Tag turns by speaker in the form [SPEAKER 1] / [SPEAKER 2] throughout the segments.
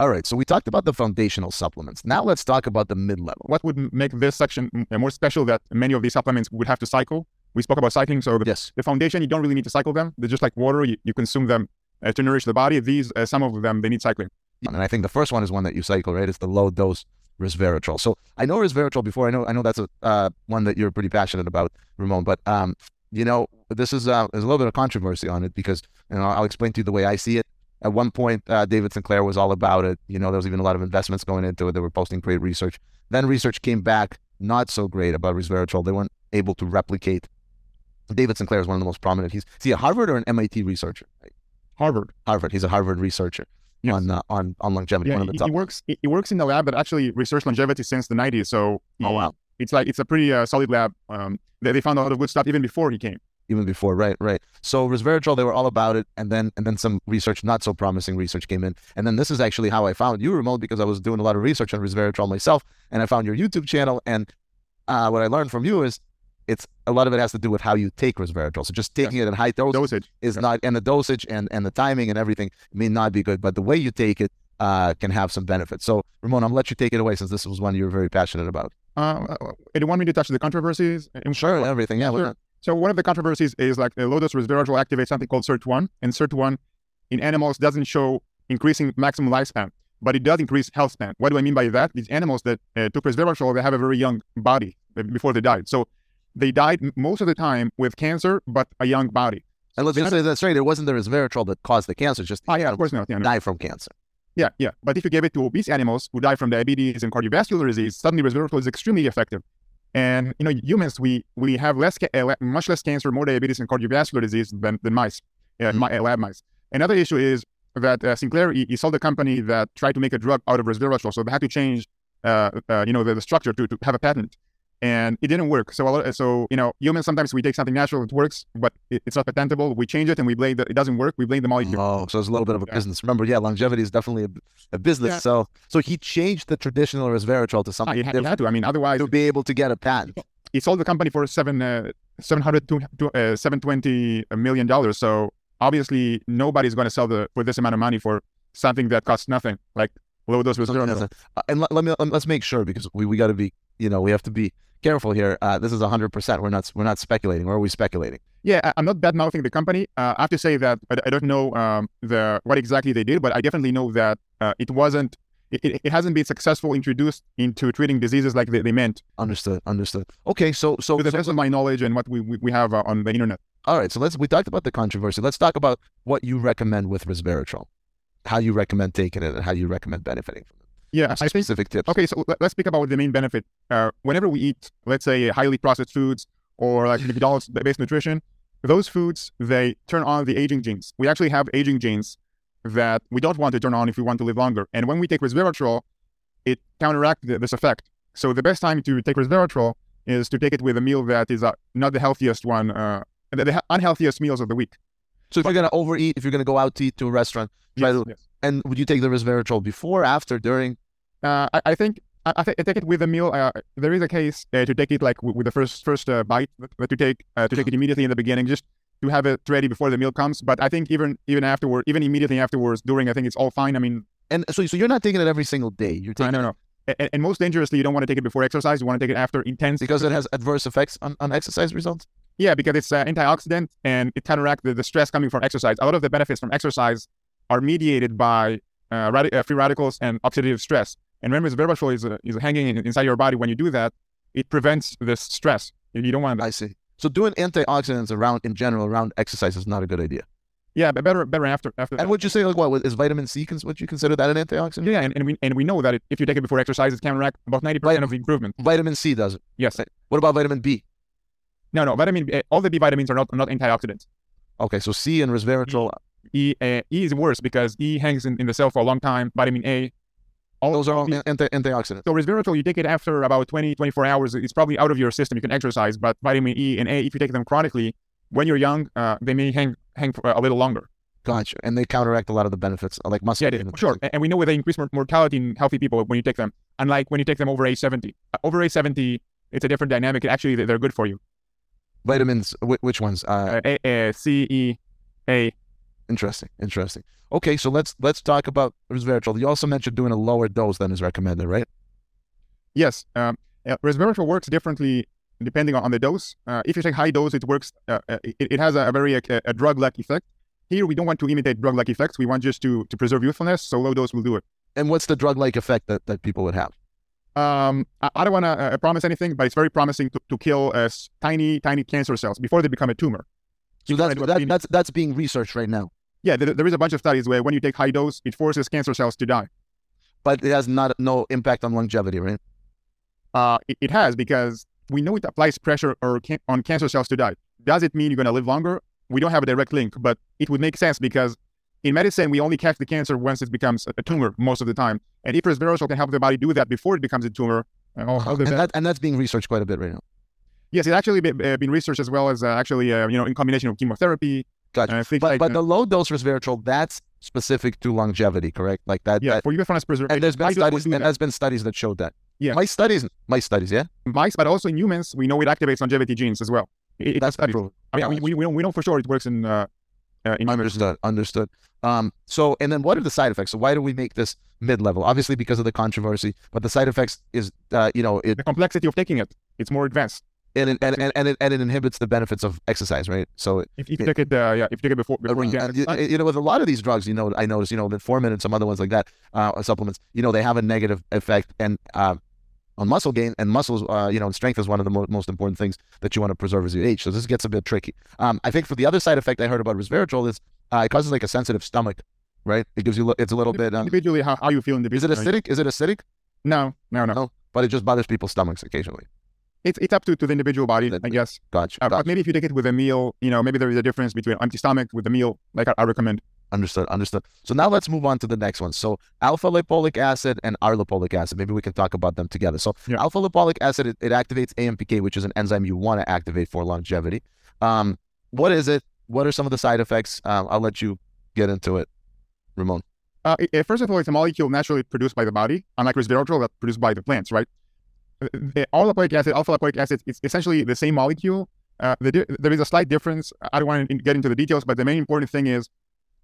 [SPEAKER 1] All right, so we talked about the foundational supplements. Now let's talk about the mid level.
[SPEAKER 2] What would m- make this section m- uh, more special that many of these supplements would have to cycle? We spoke about cycling, so the,
[SPEAKER 1] Yes.
[SPEAKER 2] the foundation, you don't really need to cycle them. They're just like water, you, you consume them uh, to nourish the body. These, uh, some of them, they need cycling.
[SPEAKER 1] And I think the first one is one that you cycle, right? It's the low dose resveratrol. So I know resveratrol before. I know I know that's a uh, one that you're pretty passionate about, Ramon. But um, you know, this is uh, there's a little bit of controversy on it because you know I'll explain to you the way I see it. At one point, uh, David Sinclair was all about it. You know, there was even a lot of investments going into it. They were posting great research. Then research came back not so great about resveratrol. They weren't able to replicate. David Sinclair is one of the most prominent. He's see a Harvard or an MIT researcher.
[SPEAKER 2] Harvard.
[SPEAKER 1] Harvard. He's a Harvard researcher
[SPEAKER 2] Yes.
[SPEAKER 1] on uh, on on longevity.
[SPEAKER 2] Yeah,
[SPEAKER 1] one of the
[SPEAKER 2] it,
[SPEAKER 1] top.
[SPEAKER 2] it works. It, it works in the lab that actually researched longevity since the 90s. So
[SPEAKER 1] Oh wow.
[SPEAKER 2] it's like it's a pretty uh, solid lab. Um, they, they found a lot of good stuff even before he came.
[SPEAKER 1] even before, right? Right. So resveratrol, they were all about it, and then and then some research, not so promising research, came in, and then this is actually how I found you, Ramon, because I was doing a lot of research on resveratrol myself, and I found your YouTube channel, and uh, what I learned from you is it's a lot of it has to do with how you take resveratrol. So just taking it at high dose
[SPEAKER 2] Dosage.
[SPEAKER 1] is
[SPEAKER 2] yeah.
[SPEAKER 1] not, and the dosage and and the timing and everything may not be good, but the way you take it uh, can have some benefits. So Ramon, I'll let you take it away since this was one you were very passionate about.
[SPEAKER 2] Uh, uh, you want me to touch the controversies? Uh,
[SPEAKER 1] Sure, everything, yeah. why
[SPEAKER 2] Sure.
[SPEAKER 1] not?
[SPEAKER 2] So one of the controversies is like the low-dose resveratrol activates something called SIRT1, and SIRT1 in animals doesn't show increasing maximum lifespan, but it does increase health span. What do I mean by that? These animals that uh, took resveratrol, they have a very young body uh, before they died. So they died m- most of the time with cancer, but a young body.
[SPEAKER 1] And let's just say that's right. It wasn't the resveratrol that caused the cancer; it's just
[SPEAKER 2] Oh yeah, of course not. Yeah, no.
[SPEAKER 1] die from cancer.
[SPEAKER 2] yeah, yeah. But if you gave it to obese animals who die from diabetes and cardiovascular disease, suddenly resveratrol is extremely effective. And you know, humans we we have less ca- uh, le- much less cancer, more diabetes and cardiovascular disease than than mice, uh,
[SPEAKER 1] Mhm.
[SPEAKER 2] mi- uh, lab mice. Another issue is that uh, Sinclair he, he sold a company that tried to make a drug out of resveratrol, so they had to change uh, uh, you know the, the structure to, to have a patent, and it didn't work. So a lot, so you know humans sometimes we take something natural that works, but it, it's not patentable. We change it and we blame that it doesn't work. We blame the molecule.
[SPEAKER 1] Oh, so it's a little bit of a
[SPEAKER 2] Yeah.
[SPEAKER 1] business. Remember, yeah, longevity is definitely a, b- a business.
[SPEAKER 2] Yeah.
[SPEAKER 1] So, so he changed the traditional resveratrol to
[SPEAKER 2] Ah,
[SPEAKER 1] something
[SPEAKER 2] you, ha- you
[SPEAKER 1] different
[SPEAKER 2] had to. I mean, otherwise
[SPEAKER 1] to be able to get a patent.
[SPEAKER 2] he sold the company for seven uh, seven hundred to, to uh, seven twenty million dollars. So obviously nobody's going to sell the for this amount of money for something that costs nothing, like low dose
[SPEAKER 1] Something
[SPEAKER 2] resveratrol.
[SPEAKER 1] that's a- uh, and let, let me let- let's make sure because we, we got to be you know we have to be careful here. Uh, this is hundred percent. We're not we're not speculating. Or are we speculating?
[SPEAKER 2] Yeah, I, I'm not bad mouthing the company. Uh, I have to say that I, I don't know um, the what exactly they did, but I definitely know that uh, it wasn't. It, it- it hasn't been successful introduced into treating diseases like they, they meant,
[SPEAKER 1] Understood. Understood. Okay. So so,
[SPEAKER 2] to the
[SPEAKER 1] so
[SPEAKER 2] best of my knowledge and what we, we, we have uh, on the internet.
[SPEAKER 1] all right. So let's we talked about the controversy. Let's talk about what you recommend with resveratrol, how you recommend taking it, and how you recommend benefiting from it.
[SPEAKER 2] Yeah, I think
[SPEAKER 1] Specific tips.
[SPEAKER 2] Okay, so let- let's speak about the main benefit. Uh, whenever we eat, let's say, highly processed foods or like McDonald's-based nutrition, those foods they turn on the aging genes. We actually have aging genes that we don't want to turn on if we want to live longer. And when we take resveratrol, it counteracts th- this effect. So the best time to take resveratrol is to take it with a meal that is uh, not the healthiest one, uh, the, the he- unhealthiest meals of the week.
[SPEAKER 1] So if you're gonna overeat, if you're gonna go out to eat to a restaurant, Try to- and would you take the resveratrol before, after, during?
[SPEAKER 2] Uh, I, I think I, I, th- I take it with a meal. Uh, there is a case uh, to take it like w- with the first first uh, bite, but- but to take uh, to take it immediately in the beginning, just to have it ready before the meal comes. But I think even even afterward, even immediately afterwards, during, I think it's all fine. I mean,
[SPEAKER 1] And so, so you're not taking it every single day. You're
[SPEAKER 2] I
[SPEAKER 1] taking
[SPEAKER 2] don't
[SPEAKER 1] it
[SPEAKER 2] know. And, and most dangerously, you don't want to take it before exercise. You want to take it after intense.
[SPEAKER 1] because it has adverse effects on, on exercise results.
[SPEAKER 2] Yeah, because it's uh, antioxidant and it counteracts the, the stress coming from exercise. A lot of the benefits from exercise are mediated by uh, radi- uh, free radicals and oxidative stress. And when resveratrol is, uh, is hanging in- inside your body, when you do that, it prevents this stress. You you don't want that.
[SPEAKER 1] I see. So doing antioxidants around in general around exercise is not a good idea.
[SPEAKER 2] Yeah, but better better after after.
[SPEAKER 1] And
[SPEAKER 2] that.
[SPEAKER 1] would you say like what is vitamin C? Cons- would you consider that an antioxidant?
[SPEAKER 2] yeah, and, and we and we know that it, if you take it before exercise, it counteracts about ninety percent of the improvement.
[SPEAKER 1] Vitamin C does it.
[SPEAKER 2] Yes.
[SPEAKER 1] What about vitamin B?
[SPEAKER 2] No, no. Vitamin B, all the B vitamins are not are not antioxidants.
[SPEAKER 1] Okay, so C and resveratrol.
[SPEAKER 2] E uh, E is worse because E hangs in, in the cell for a long time. Vitamin A. All
[SPEAKER 1] Those are all
[SPEAKER 2] these-
[SPEAKER 1] an- anti- antioxidants.
[SPEAKER 2] So resveratrol, you take it after about 20, 24 hours. It's probably out of your system. You can exercise, but vitamin E and A, if you take them chronically, when you're young, uh, they may hang hang for a little longer.
[SPEAKER 1] Gotcha. And they counteract a lot of the benefits uh, like muscle.
[SPEAKER 2] Yeah, they- sure. A- And we know they increase mor- mortality in healthy people when you take them, unlike when you take them over age 70. Uh, over age 70, it's a different dynamic. It Actually, they- they're good for you.
[SPEAKER 1] Uh, Vitamins. Wh- which ones? Uh,
[SPEAKER 2] Uh, a, A- C, E, A,
[SPEAKER 1] Interesting. Interesting. Okay, so let's let's talk about resveratrol. You also mentioned doing a lower dose than is recommended, right?
[SPEAKER 2] Yes, um, uh, resveratrol works differently depending on, on the dose. Uh, if you take high dose, it works. Uh, uh, it, it has a, a very uh, a, a drug-like effect. Here, we don't want to imitate drug-like effects. We want just to to preserve youthfulness. So low dose will do it.
[SPEAKER 1] And what's the drug-like effect that, that people would have?
[SPEAKER 2] Um, I, I don't want to uh, promise anything, but it's very promising to, to kill uh, s- tiny tiny cancer cells before they become a tumor.
[SPEAKER 1] So
[SPEAKER 2] Before
[SPEAKER 1] that's
[SPEAKER 2] they-
[SPEAKER 1] that, that's that's being researched right now,
[SPEAKER 2] yeah, there, there is a bunch of studies where when you take high dose, it forces cancer cells to die.
[SPEAKER 1] but it has not no impact on longevity, right?
[SPEAKER 2] Uh, it, it has because we know it applies pressure or can- on cancer cells to die. Does it mean you're going to live longer? We don't have a direct link, but it would make sense because in medicine, we only catch the cancer once it becomes a- a tumor most of the time. And if resveratrol can help the body do that before it becomes a tumor, uh, oh, how
[SPEAKER 1] and
[SPEAKER 2] the
[SPEAKER 1] that and that's being researched quite a bit right now.
[SPEAKER 2] Yes, it's actually been, uh, been researched as well as uh, actually, uh, you know, in combination with chemotherapy.
[SPEAKER 1] Gotcha.
[SPEAKER 2] And I think
[SPEAKER 1] But
[SPEAKER 2] like,
[SPEAKER 1] but
[SPEAKER 2] uh,
[SPEAKER 1] the low dose resveratrol that's specific to longevity, correct? Like that.
[SPEAKER 2] yeah,
[SPEAKER 1] that
[SPEAKER 2] for youthfulness preservation.
[SPEAKER 1] and there's
[SPEAKER 2] I
[SPEAKER 1] been
[SPEAKER 2] just wanna
[SPEAKER 1] studies
[SPEAKER 2] do
[SPEAKER 1] and
[SPEAKER 2] that.
[SPEAKER 1] there's been studies that showed that.
[SPEAKER 2] Yeah.
[SPEAKER 1] My studies, my studies, yeah.
[SPEAKER 2] mice, but also in humans, we know it activates longevity genes as well. It, it
[SPEAKER 1] That's
[SPEAKER 2] studies.
[SPEAKER 1] proven.
[SPEAKER 2] I mean, we, we, we don't we don't for sure it works in uh, uh, in humans.
[SPEAKER 1] Understood. Understood. Um, so, and then what are the side effects? So, why do we make this mid level? Obviously, because of the controversy, but the side effects is, uh, you know, it
[SPEAKER 2] The complexity of taking it, it's more advanced.
[SPEAKER 1] and it, and, and, and it and it inhibits the benefits of exercise, right? So, it,
[SPEAKER 2] If, if you
[SPEAKER 1] Yeah.
[SPEAKER 2] take it, uh, yeah, if you take it before before uh, you get
[SPEAKER 1] and you, you know, with a lot of these drugs, you know, I noticed, you know, metformin and some other ones like that, uh, supplements, you know, they have a negative effect and uh, on muscle gain and muscles, uh, you know, and strength is one of the mo- most important things that you want to preserve as you age. So this gets a bit tricky. Um, I think for the other side effect I heard about resveratrol is uh, it causes like a sensitive stomach, right? It gives you li- it's a little bit. Um,
[SPEAKER 2] individually how, how you feel
[SPEAKER 1] Is it
[SPEAKER 2] individually.
[SPEAKER 1] acidic? Is it acidic?
[SPEAKER 2] No, no, no.
[SPEAKER 1] No. But it just bothers people's stomachs occasionally.
[SPEAKER 2] It's it's up to, to the individual body,
[SPEAKER 1] That-
[SPEAKER 2] I guess.
[SPEAKER 1] Gotcha.
[SPEAKER 2] Uh, but
[SPEAKER 1] gotcha.
[SPEAKER 2] maybe if you take it with a meal, you know, maybe there is a difference between empty stomach with a meal, like I, I recommend.
[SPEAKER 1] Understood. Understood. So now let's move on to the next one. So alpha lipolic acid and R lipolic acid. Maybe we can talk about them together. So
[SPEAKER 2] Yeah.
[SPEAKER 1] alpha lipolic acid it, it activates AMPK, which is an enzyme you want to activate for longevity. Um, what is it? What are some of the side effects? Um, I'll let you get into it, Ramon.
[SPEAKER 2] Uh, i- i- first of all, it's a molecule naturally produced by the body, unlike resveratrol that's produced by the plants, right? Uh, The all lipoic acid, alpha lipoic acid, it's essentially the same molecule. Uh, the di- there is a slight difference. I don't want to get into the details, but the main important thing is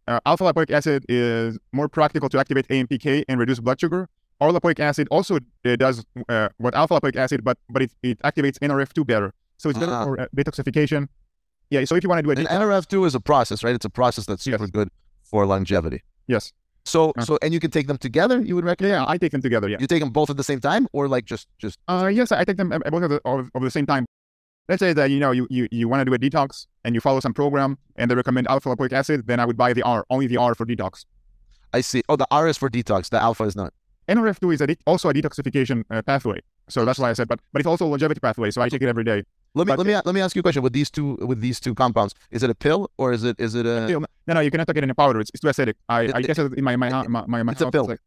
[SPEAKER 2] uh, alpha lipoic acid is more practical to activate AMPK and reduce blood sugar. R lipoic acid also uh, does uh, what alpha lipoic acid, but but it, it activates NRF2 better, so it's better
[SPEAKER 1] Ah.
[SPEAKER 2] for uh, detoxification. Yeah, so if you want to do a
[SPEAKER 1] And
[SPEAKER 2] detox,
[SPEAKER 1] NRF2 is a process, right? It's a process that's
[SPEAKER 2] Yes.
[SPEAKER 1] super good for longevity.
[SPEAKER 2] yes,
[SPEAKER 1] So
[SPEAKER 2] Uh.
[SPEAKER 1] so and you can take them together. You would recommend
[SPEAKER 2] yeah, I take them together. Yeah.
[SPEAKER 1] you take them both at the same time, or like just just
[SPEAKER 2] Uh, yes, I take them at both of the, of, of the same time. Let's say that you know you you, you want to do a detox and you follow some program and they recommend alpha lipoic acid, then I would buy the R, only the R for detox.
[SPEAKER 1] I see. Oh, the R is for detox. The alpha is not.
[SPEAKER 2] NRF2 is a de- also a detoxification uh, pathway, so that's why I said, but but it's also a longevity pathway, so I take it every day.
[SPEAKER 1] Let me
[SPEAKER 2] But-
[SPEAKER 1] let me let me ask you a question. With these two with these two compounds, is it a pill or is it is it a?
[SPEAKER 2] Pill. No, no, you cannot take it in a powder; it's, it's too acidic. I,
[SPEAKER 1] It-
[SPEAKER 2] I guess in my my
[SPEAKER 1] it-
[SPEAKER 2] my my, my
[SPEAKER 1] it's a
[SPEAKER 2] house,
[SPEAKER 1] pill.
[SPEAKER 2] like-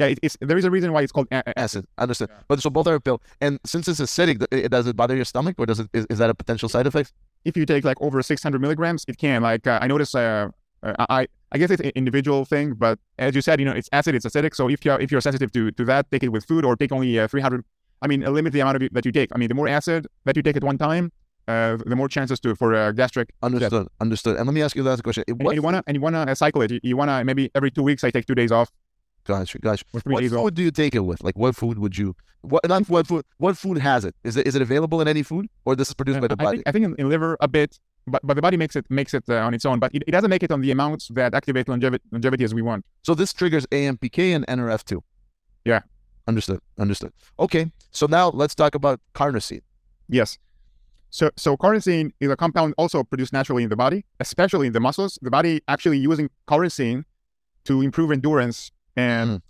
[SPEAKER 2] yeah, it, it's there is a reason why it's called a- a-
[SPEAKER 1] Acid, understood.
[SPEAKER 2] Yeah.
[SPEAKER 1] But so both are a pill, and since it's acidic, th- it, does it bother your stomach, or does it is, is that a potential side effect?
[SPEAKER 2] if you take like over 600 milligrams, it can. Like uh, I noticed, uh, uh, I I guess it's an individual thing, but as you said, you know, it's acid, it's acidic. So if you're if you're sensitive to to that, take it with food or take only uh, 300. I mean, uh, limit the amount of it that you take. I mean, the more acid that you take at one time, uh, the more chances to for uh, gastric.
[SPEAKER 1] Understood, understood. And let me ask you the last question. It-
[SPEAKER 2] And, and
[SPEAKER 1] What,
[SPEAKER 2] you wanna and you wanna uh, cycle it. You, you wanna maybe every two weeks I take two days off
[SPEAKER 1] gosh, gosh,
[SPEAKER 2] or three
[SPEAKER 1] what
[SPEAKER 2] days off.
[SPEAKER 1] food do you take it with? Like, what food would you? What not what food? What food has it? Is it is it available in any food, or this is produced by
[SPEAKER 2] Uh,
[SPEAKER 1] the
[SPEAKER 2] I
[SPEAKER 1] body?
[SPEAKER 2] think, I think in, in liver a bit, but but the body makes it makes it uh, on its own. But it, it doesn't make it on the amounts that activate longevity longevity as we want.
[SPEAKER 1] So this triggers AMPK and NRF2.
[SPEAKER 2] Yeah.
[SPEAKER 1] understood, understood. Okay, so now let's talk about carnosine.
[SPEAKER 2] Yes. So, so carnosine is a compound also produced naturally in the body, especially in the muscles. The body actually using carnosine to improve endurance. And
[SPEAKER 1] Mm.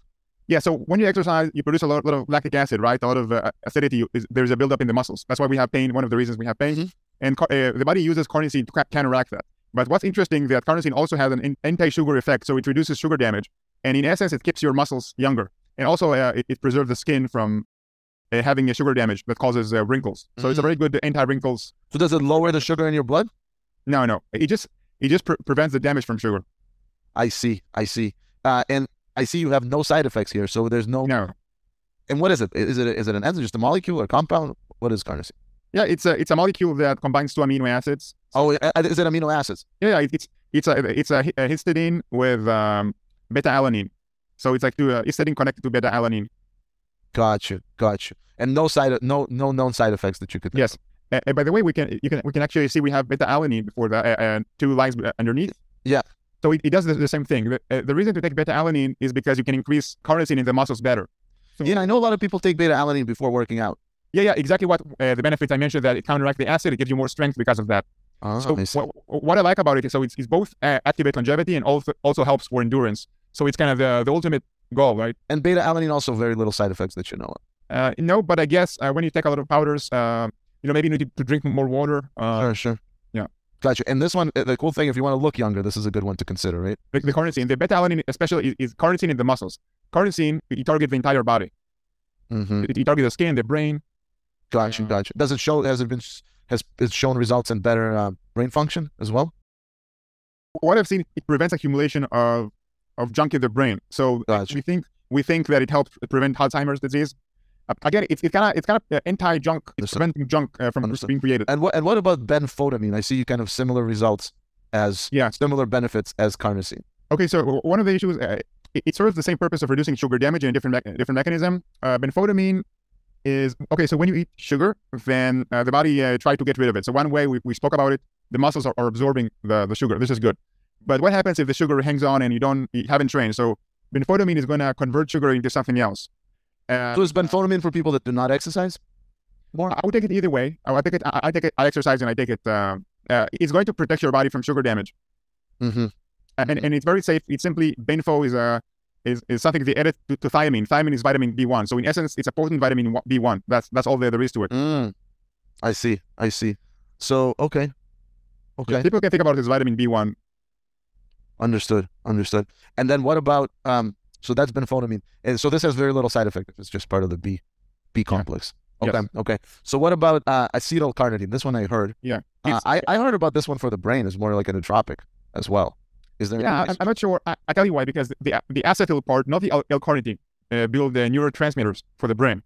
[SPEAKER 2] yeah, so when you exercise, you produce a lot, lot of lactic acid, right? A lot of uh, acidity. Is, there's a buildup in the muscles. That's why we have pain. One of the reasons we have pain.
[SPEAKER 1] Mhm.
[SPEAKER 2] And car- uh, the body uses carnosine to ca- counteract that. But what's interesting that carnosine also has an in- anti-sugar effect, so it reduces sugar damage. And in essence, it keeps your muscles younger. And also, uh, it, it preserves the skin from uh, having a sugar damage that causes uh, wrinkles. So it's
[SPEAKER 1] Mhm.
[SPEAKER 2] a very good anti-wrinkles
[SPEAKER 1] So does it lower the sugar in your blood?
[SPEAKER 2] no, no. It just it just pre- prevents the damage from sugar.
[SPEAKER 1] I see, I see. Uh, and I see you have no side effects here, so there's no.
[SPEAKER 2] No.
[SPEAKER 1] And what is it? Is it is it an enzyme, just a molecule or compound? What is carnosine?
[SPEAKER 2] Yeah, it's a it's a molecule that combines two amino acids.
[SPEAKER 1] Oh, uh, is it amino acids?
[SPEAKER 2] Yeah, yeah, it's it's a it's a, a histidine with um, beta alanine. So it's like to uh, histidine connected to beta alanine.
[SPEAKER 1] Got you, got you. And no side, no no known side effects that you could. think
[SPEAKER 2] Yes. And, and by the way, we can you can we can actually see we have beta alanine before that, uh, uh, two lines b- underneath.
[SPEAKER 1] Yeah.
[SPEAKER 2] So it, it does the, the same thing. The, uh, the reason to take beta alanine is because you can increase carnosine in the muscles better.
[SPEAKER 1] of. Yeah, I know a lot of people take beta alanine before working out.
[SPEAKER 2] Yeah, yeah, exactly what uh, the benefits I mentioned that it counteracts the acid, it gives you more strength because of that.
[SPEAKER 1] Oh,
[SPEAKER 2] So
[SPEAKER 1] I see.
[SPEAKER 2] what, what Ah, I like about it is so it's, it's both uh, activates longevity and also also helps for endurance. So it's kind of the, the ultimate goal, right?
[SPEAKER 1] and beta alanine also very little side effects that you know of.
[SPEAKER 2] Uh, no, but I guess uh, when you take a lot of powders, uh, you know maybe you need to, to drink more water. Uh,
[SPEAKER 1] sure, sure.
[SPEAKER 2] yeah.
[SPEAKER 1] Got you. And this one, uh, the cool thing, if you want to look younger, this is a good one to consider, right?
[SPEAKER 2] the, the carnosine, the beta alanine, especially is, is carnosine in the muscles. Carnosine you target the entire body.
[SPEAKER 1] Mm-hmm.
[SPEAKER 2] It, it targets the skin, the brain.
[SPEAKER 1] Got you,
[SPEAKER 2] Yeah.
[SPEAKER 1] got you. Does it show? Has it been? s- Has it shown results in better uh, brain function as well?
[SPEAKER 2] What I've seen, it prevents accumulation of of junk in the brain. So
[SPEAKER 1] Got you.
[SPEAKER 2] we think we think that it helps prevent Alzheimer's disease. Uh, Again, it's it's kind of it's kind of uh, anti-junk. It's
[SPEAKER 1] Understood.
[SPEAKER 2] preventing junk uh, from
[SPEAKER 1] Understood.
[SPEAKER 2] being created.
[SPEAKER 1] And what? And what about benfotamine? I see you kind of similar results as
[SPEAKER 2] Yeah.
[SPEAKER 1] similar benefits as carnosine.
[SPEAKER 2] Okay, so w- one of the issues, uh, it, it serves the same purpose of reducing sugar damage in a different mech- different mechanism. Uh, benfotamine is okay. So when you eat sugar, then uh, the body uh, tries to get rid of it. So one way we, we spoke about it, the muscles are, are absorbing the, the sugar. This is good. But what happens if the sugar hangs on and you don't you haven't trained? So benfotamine is going to convert sugar into something else. Uh,
[SPEAKER 1] So is benfotamine for people that do not exercise? More.
[SPEAKER 2] I would take it either way. I would take it. I, I take it. I exercise and I take it. Uh, uh, it's going to protect your body from sugar damage.
[SPEAKER 1] Mm-hmm.
[SPEAKER 2] and, and it's very safe. It's simply Benfo is a is, is something they added to, to thiamine. Thiamine is vitamin B1, so in essence, it's a potent vitamin wa- B1. That's that's all there, there is to it.
[SPEAKER 1] Mm. I see. I see. So okay, okay.
[SPEAKER 2] People can think about it as vitamin B1.
[SPEAKER 1] Understood. Understood. And then what about um so that's benfotamine. And so this has very little side effect. It's just part of the B B complex.
[SPEAKER 2] Yes.
[SPEAKER 1] Okay. Okay. So what about uh acetylcarnitine? This one I heard.
[SPEAKER 2] Yeah.
[SPEAKER 1] Uh,
[SPEAKER 2] It's-
[SPEAKER 1] I, I heard about this one for the brain is more like a nootropic as well. Is there
[SPEAKER 2] Yeah, I, I'm not sure. I, I tell you why because the the acetyl part, not the L- L-carnitine, uh, build the neurotransmitters for the brain.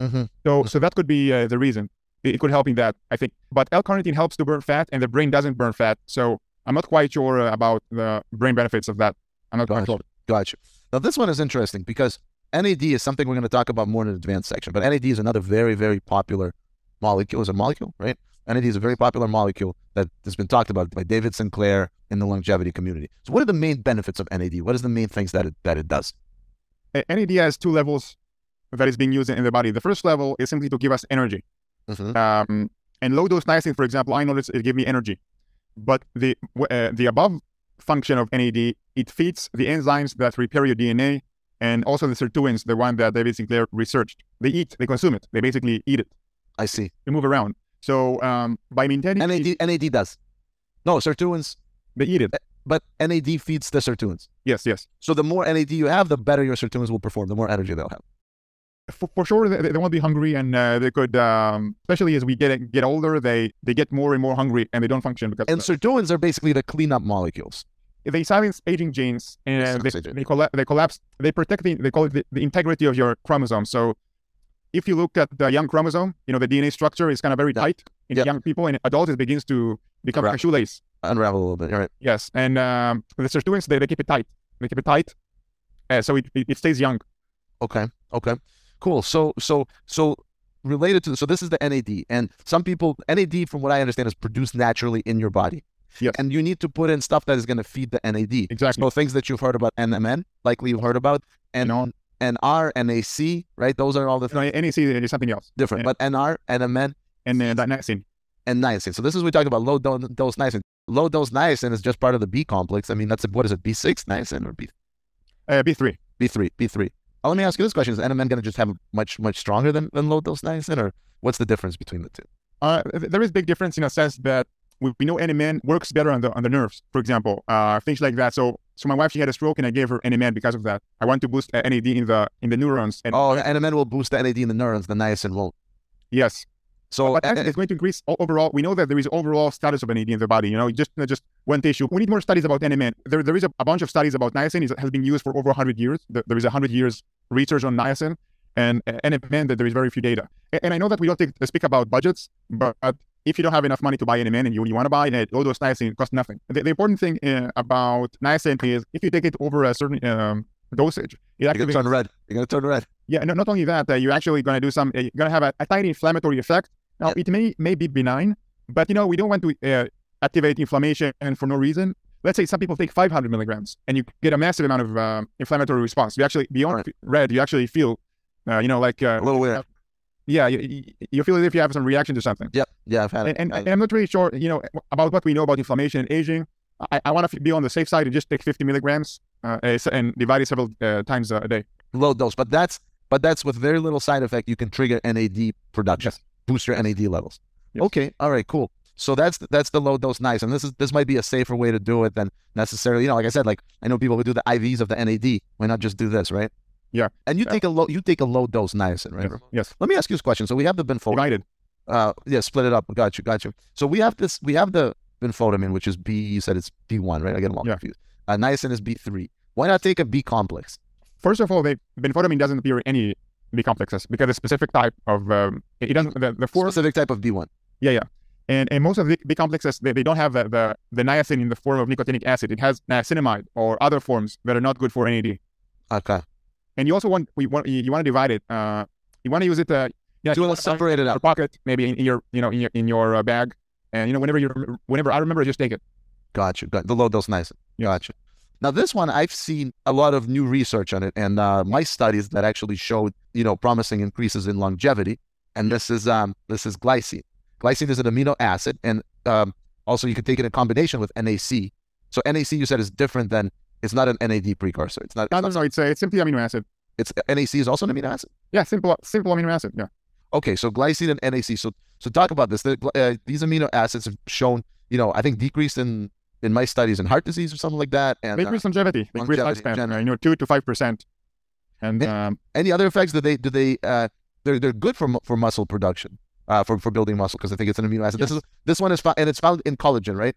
[SPEAKER 1] hmm
[SPEAKER 2] So so that could be uh, the reason. It, it could help in that I think. But L-carnitine helps to burn fat, and the brain doesn't burn fat. So I'm not quite sure uh, about the brain benefits of that. I'm not quite
[SPEAKER 1] Gotcha.
[SPEAKER 2] sure.
[SPEAKER 1] Gotcha. Now, this one is interesting because NAD is something we're going to talk about more in an advanced section, but NAD is another very, very popular molecule. Is it a molecule, right? NAD is a very popular molecule that has been talked about by David Sinclair in the longevity community. So, what are the main benefits of NAD? What is the main things that it, that it does?
[SPEAKER 2] Uh, NAD has two levels that is being used in the body. The first level is simply to give us energy. Um, and low dose niacin, for example, I noticed it gave me energy. But the w- uh, the above function of NAD, it feeds the enzymes that repair your DNA and also the sirtuins, the one that David Sinclair researched. They eat, they consume it, they basically eat it,
[SPEAKER 1] I see.
[SPEAKER 2] they move around. So um, by maintaining, it,
[SPEAKER 1] NAD, NAD does. No, sirtuins,
[SPEAKER 2] they eat it.
[SPEAKER 1] but NAD feeds the sirtuins.
[SPEAKER 2] Yes, yes.
[SPEAKER 1] So, the more NAD you have, the better your sirtuins will perform, the more energy they'll have.
[SPEAKER 2] For, for sure, they, they won't be hungry, and uh, they could, um, especially as we get get older, they they get more and more hungry, and they don't function because
[SPEAKER 1] And sirtuins are basically the cleanup molecules.
[SPEAKER 2] they silence aging genes and
[SPEAKER 1] Silence
[SPEAKER 2] they,
[SPEAKER 1] aging.
[SPEAKER 2] they, colla- they collapse. They protect the they call it the, the integrity of your chromosome. So if you look at the young chromosome, you know the DNA structure is kind of very
[SPEAKER 1] Yeah.
[SPEAKER 2] tight in
[SPEAKER 1] Yeah.
[SPEAKER 2] young people, and adults it begins to become like
[SPEAKER 1] Correct.
[SPEAKER 2] a shoelace.
[SPEAKER 1] Unravel a little bit. All right.
[SPEAKER 2] Yes, and um, the sirtuins they, they keep it tight. They keep it tight, uh, so it, it, it stays young.
[SPEAKER 1] Okay. Okay. Cool. So so so related to so this is the NAD and some people NAD from what I understand is produced naturally in your body.
[SPEAKER 2] Yes.
[SPEAKER 1] And you need to put in stuff that is going to feed the NAD.
[SPEAKER 2] Exactly.
[SPEAKER 1] So things that you've heard about NMN, likely you've heard about, and
[SPEAKER 2] No.
[SPEAKER 1] and NR, NAC, right? Those are all the
[SPEAKER 2] No, NAC is something else,
[SPEAKER 1] different.
[SPEAKER 2] yeah.
[SPEAKER 1] But NR, NMN,
[SPEAKER 2] and uh, that niacin.
[SPEAKER 1] and niacin. So this is what we talked about low do- dose niacin. Low dose niacin is just part of the B complex. I mean, that's a, what is it? B6 niacin or B
[SPEAKER 2] Uh, B three.
[SPEAKER 1] B3, B3. Oh, let me ask you this question: Is NMN going to just have much, much stronger than, than low dose niacin, or what's the difference between the two?
[SPEAKER 2] Uh, th- there is big difference in a sense that we, we know NMN works better on the on the nerves, for example, uh, things like that. So so my wife she had a stroke and I gave her NMN because of that. I want to boost uh, NAD in the in the neurons. And
[SPEAKER 1] Oh, NMN will boost the NAD in the neurons, the niacin won't.
[SPEAKER 2] yes,
[SPEAKER 1] So,
[SPEAKER 2] but actually, it's going to increase o- overall. We know that there is overall status of NAD in the body. You know, just not just one tissue. We need more studies about NMN. There there is a, a bunch of studies about niacin. It has been used for over 100 years. There, there is 100 years research on niacin and uh, NMN that there is very few data. A- And, I know that we don't take, speak about budgets, but. if you don't have enough money to buy any menin, you, you want to buy it, all those niacin cost nothing. The, the important thing uh, about niacin is if you take it over a certain um, dosage, it
[SPEAKER 1] You're
[SPEAKER 2] actually
[SPEAKER 1] gonna turn red. You're gonna turn red.
[SPEAKER 2] yeah, no, not only that, uh, you're actually going to do some, uh, you're going to have a, a tiny inflammatory effect. Now,
[SPEAKER 1] Yeah.
[SPEAKER 2] it may, may be benign, but you know, we don't want to uh, activate inflammation and for no reason. Let's say some people take 500 milligrams and you get a massive amount of um inflammatory response. You actually, beyond
[SPEAKER 1] Right.
[SPEAKER 2] f- red, you actually feel, uh, you know, like,
[SPEAKER 1] A
[SPEAKER 2] uh,
[SPEAKER 1] little weird.
[SPEAKER 2] yeah, you- you, you feel as if you have some reaction to something.
[SPEAKER 1] Yep. Yeah, I've had it.
[SPEAKER 2] And, and,
[SPEAKER 1] I-
[SPEAKER 2] and I'm not really sure, you know, about what we know about inflammation and aging. I, I want to be on the safe side and just take 50 milligrams uh, s- and divide it several uh, times a day.
[SPEAKER 1] low dose, but that's but that's with very little side effect. You can trigger NAD production,
[SPEAKER 2] Yes.
[SPEAKER 1] boost your NAD levels.
[SPEAKER 2] Yes.
[SPEAKER 1] Okay, all right, cool. So that's that's the low dose nice, and this is this might be a safer way to do it than necessarily. You know, like I said, like I know people who do the IVs of the NAD. Why not just do this, right?
[SPEAKER 2] Yeah.
[SPEAKER 1] And you
[SPEAKER 2] Yeah.
[SPEAKER 1] take a low you take a low dose niacin, right?
[SPEAKER 2] Yes.
[SPEAKER 1] Ramon?
[SPEAKER 2] yes.
[SPEAKER 1] Let me ask you this question. So we have the benfold.
[SPEAKER 2] Divided.
[SPEAKER 1] Uh, yeah, split it up. Got you, got you. So we have this. We have the benfotamine, which is B. You said it's B one, right? I get them all
[SPEAKER 2] Yeah.
[SPEAKER 1] confused. Uh, niacin is B three. Why not take a B complex?
[SPEAKER 2] First of all, they, benfotamine doesn't appear in any B complexes because the specific type of um, it it doesn't the, the four
[SPEAKER 1] Specific type of B one.
[SPEAKER 2] yeah yeah and and most of the B complexes they, they don't have the, the the niacin in the form of nicotinic acid. It has niacinamide or other forms that are not good for NAD.
[SPEAKER 1] Okay.
[SPEAKER 2] And you also want we want you, you want to divide it. Uh, you want to use it. Uh, yeah,
[SPEAKER 1] Do
[SPEAKER 2] you
[SPEAKER 1] a
[SPEAKER 2] wanna put it
[SPEAKER 1] separate it
[SPEAKER 2] in your
[SPEAKER 1] out.
[SPEAKER 2] pocket, maybe in, in your you know in your in your uh, bag, and you know whenever you rem- whenever I remember, just take it.
[SPEAKER 1] Got you. Got the low dose nice.
[SPEAKER 2] Yes.
[SPEAKER 1] Got you. Now this one I've seen a lot of new research on it and uh, my studies that actually showed you know promising increases in longevity. And this is um this is glycine. Glycine is an amino acid, and um, also you can take it in combination with NAC. So NAC you said is different than it's not an NAD precursor. It's not.
[SPEAKER 2] No, no, no. It's uh, it's simply amino acid.
[SPEAKER 1] It's NAC is also an amino acid.
[SPEAKER 2] Yeah, simple simple amino acid. Yeah.
[SPEAKER 1] Okay, so glycine and NAC. So so talk about this. The, gl- uh, these amino acids have shown, you know, I think decreased in in my studies in heart disease or something like that. And
[SPEAKER 2] They
[SPEAKER 1] uh,
[SPEAKER 2] increase longevity, they increase
[SPEAKER 1] longevity in
[SPEAKER 2] lifespan,
[SPEAKER 1] general.
[SPEAKER 2] uh, you know, two to five percent. And um,
[SPEAKER 1] any other effects? Do they do they uh, they're they're good for mu- for muscle production, uh, for for building muscle because I think it's an amino acid. This is this one is found and it's found in collagen, right?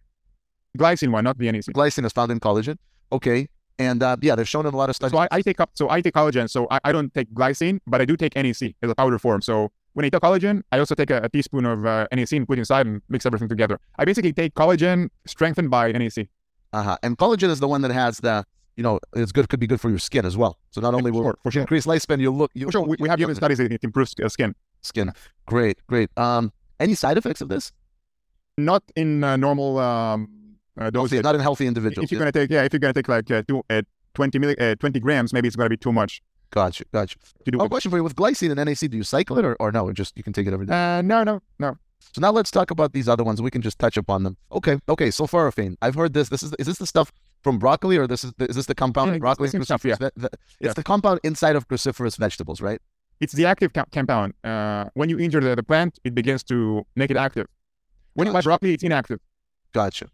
[SPEAKER 2] glycine one, not the E NAC.
[SPEAKER 1] Glycine is found in collagen. Okay, and uh, yeah, they've shown in a lot of studies.
[SPEAKER 2] So I, I take up, so I take collagen. So I, I don't take glycine, but I do take NAC as a powder form. So when I take collagen, I also take a, a teaspoon of uh, NAC and put inside and mix everything together. I basically take collagen strengthened by E NAC.
[SPEAKER 1] Uh-huh. And collagen is the one that has the you know it's good could be good for your skin as well. So not only will
[SPEAKER 2] sure, for sure.
[SPEAKER 1] increase lifespan, you look you
[SPEAKER 2] For sure, we, we have
[SPEAKER 1] your
[SPEAKER 2] human studies that it improves uh, skin.
[SPEAKER 1] skin. Great, great. Um, any side effects of this?
[SPEAKER 2] Not in uh, normal um, uh,
[SPEAKER 1] Obviously,
[SPEAKER 2] dosage.
[SPEAKER 1] not in healthy individuals.
[SPEAKER 2] If you're
[SPEAKER 1] yeah.
[SPEAKER 2] gonna take, yeah, if you're gonna take like uh, two, uh, 20, milli- uh, 20 grams, maybe it's gonna be too much
[SPEAKER 1] Gotcha, gotcha.
[SPEAKER 2] to do.
[SPEAKER 1] Oh,
[SPEAKER 2] with-
[SPEAKER 1] question for you: With glycine and NAC, do you cycle it, or, or no? Or just you can take it every day.
[SPEAKER 2] Uh, no, no, no.
[SPEAKER 1] So now let's talk about these other ones. We can just touch upon them. Okay, okay. Sulforaphane. I've heard this. This is is this the stuff from broccoli, or this is is this the compound
[SPEAKER 2] Yeah,
[SPEAKER 1] in broccoli?
[SPEAKER 2] it's the Mm, same stuff,
[SPEAKER 1] cruciferous ve- the- it's
[SPEAKER 2] Yeah.
[SPEAKER 1] the compound inside of cruciferous vegetables, right?
[SPEAKER 2] it's the active com- compound. Uh, when you injure the, the plant, it begins to make it active. When you buy broccoli, it's inactive.
[SPEAKER 1] Gotcha.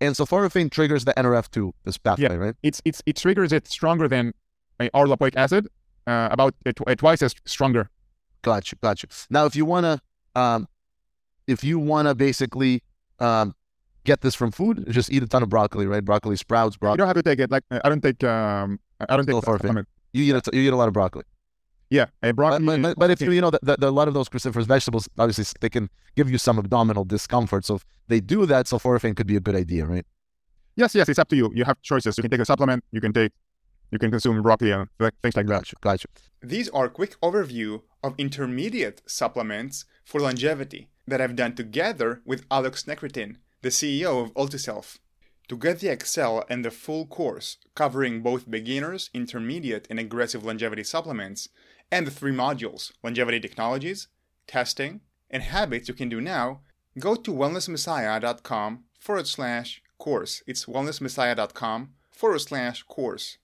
[SPEAKER 1] And sulforaphane triggers the NRF2, this pathway, right?
[SPEAKER 2] It's it's it triggers it stronger than uh, R lipoic acid, uh, about uh, tw- uh, twice as stronger.
[SPEAKER 1] Gotcha, gotcha. Now, if you wanna, um, if you wanna basically um, get this from food, just eat a ton of broccoli, right? Broccoli sprouts,
[SPEAKER 2] You
[SPEAKER 1] broccoli.
[SPEAKER 2] don't have to take it. Like uh, I don't take um I I don't take
[SPEAKER 1] Go for it.
[SPEAKER 2] supplement.
[SPEAKER 1] You, eat a t- you eat a lot of broccoli.
[SPEAKER 2] Yeah, uh,
[SPEAKER 1] But,
[SPEAKER 2] broccoli.
[SPEAKER 1] but, but, but if you, you know, the, the, the- a lot of those cruciferous vegetables, obviously, s- they can give you some abdominal discomfort. So if they do that, sulforaphane could be a good idea, right?
[SPEAKER 2] yes, yes, it's up to you. You have choices. You can take a supplement. You can take, you can consume broccoli and th- things like that.
[SPEAKER 1] Gotcha, gotcha.
[SPEAKER 3] These are a quick overview of intermediate supplements for longevity that I've done together with Alex Nekritin, the CEO of Ultiself. To get the Excel and the full course covering both beginners, intermediate, and aggressive longevity supplements, and the three modules longevity technologies, testing, and habits you can do now, go to wellnessmessiah.com forward slash course. It's wellnessmessiah.com forward slash course.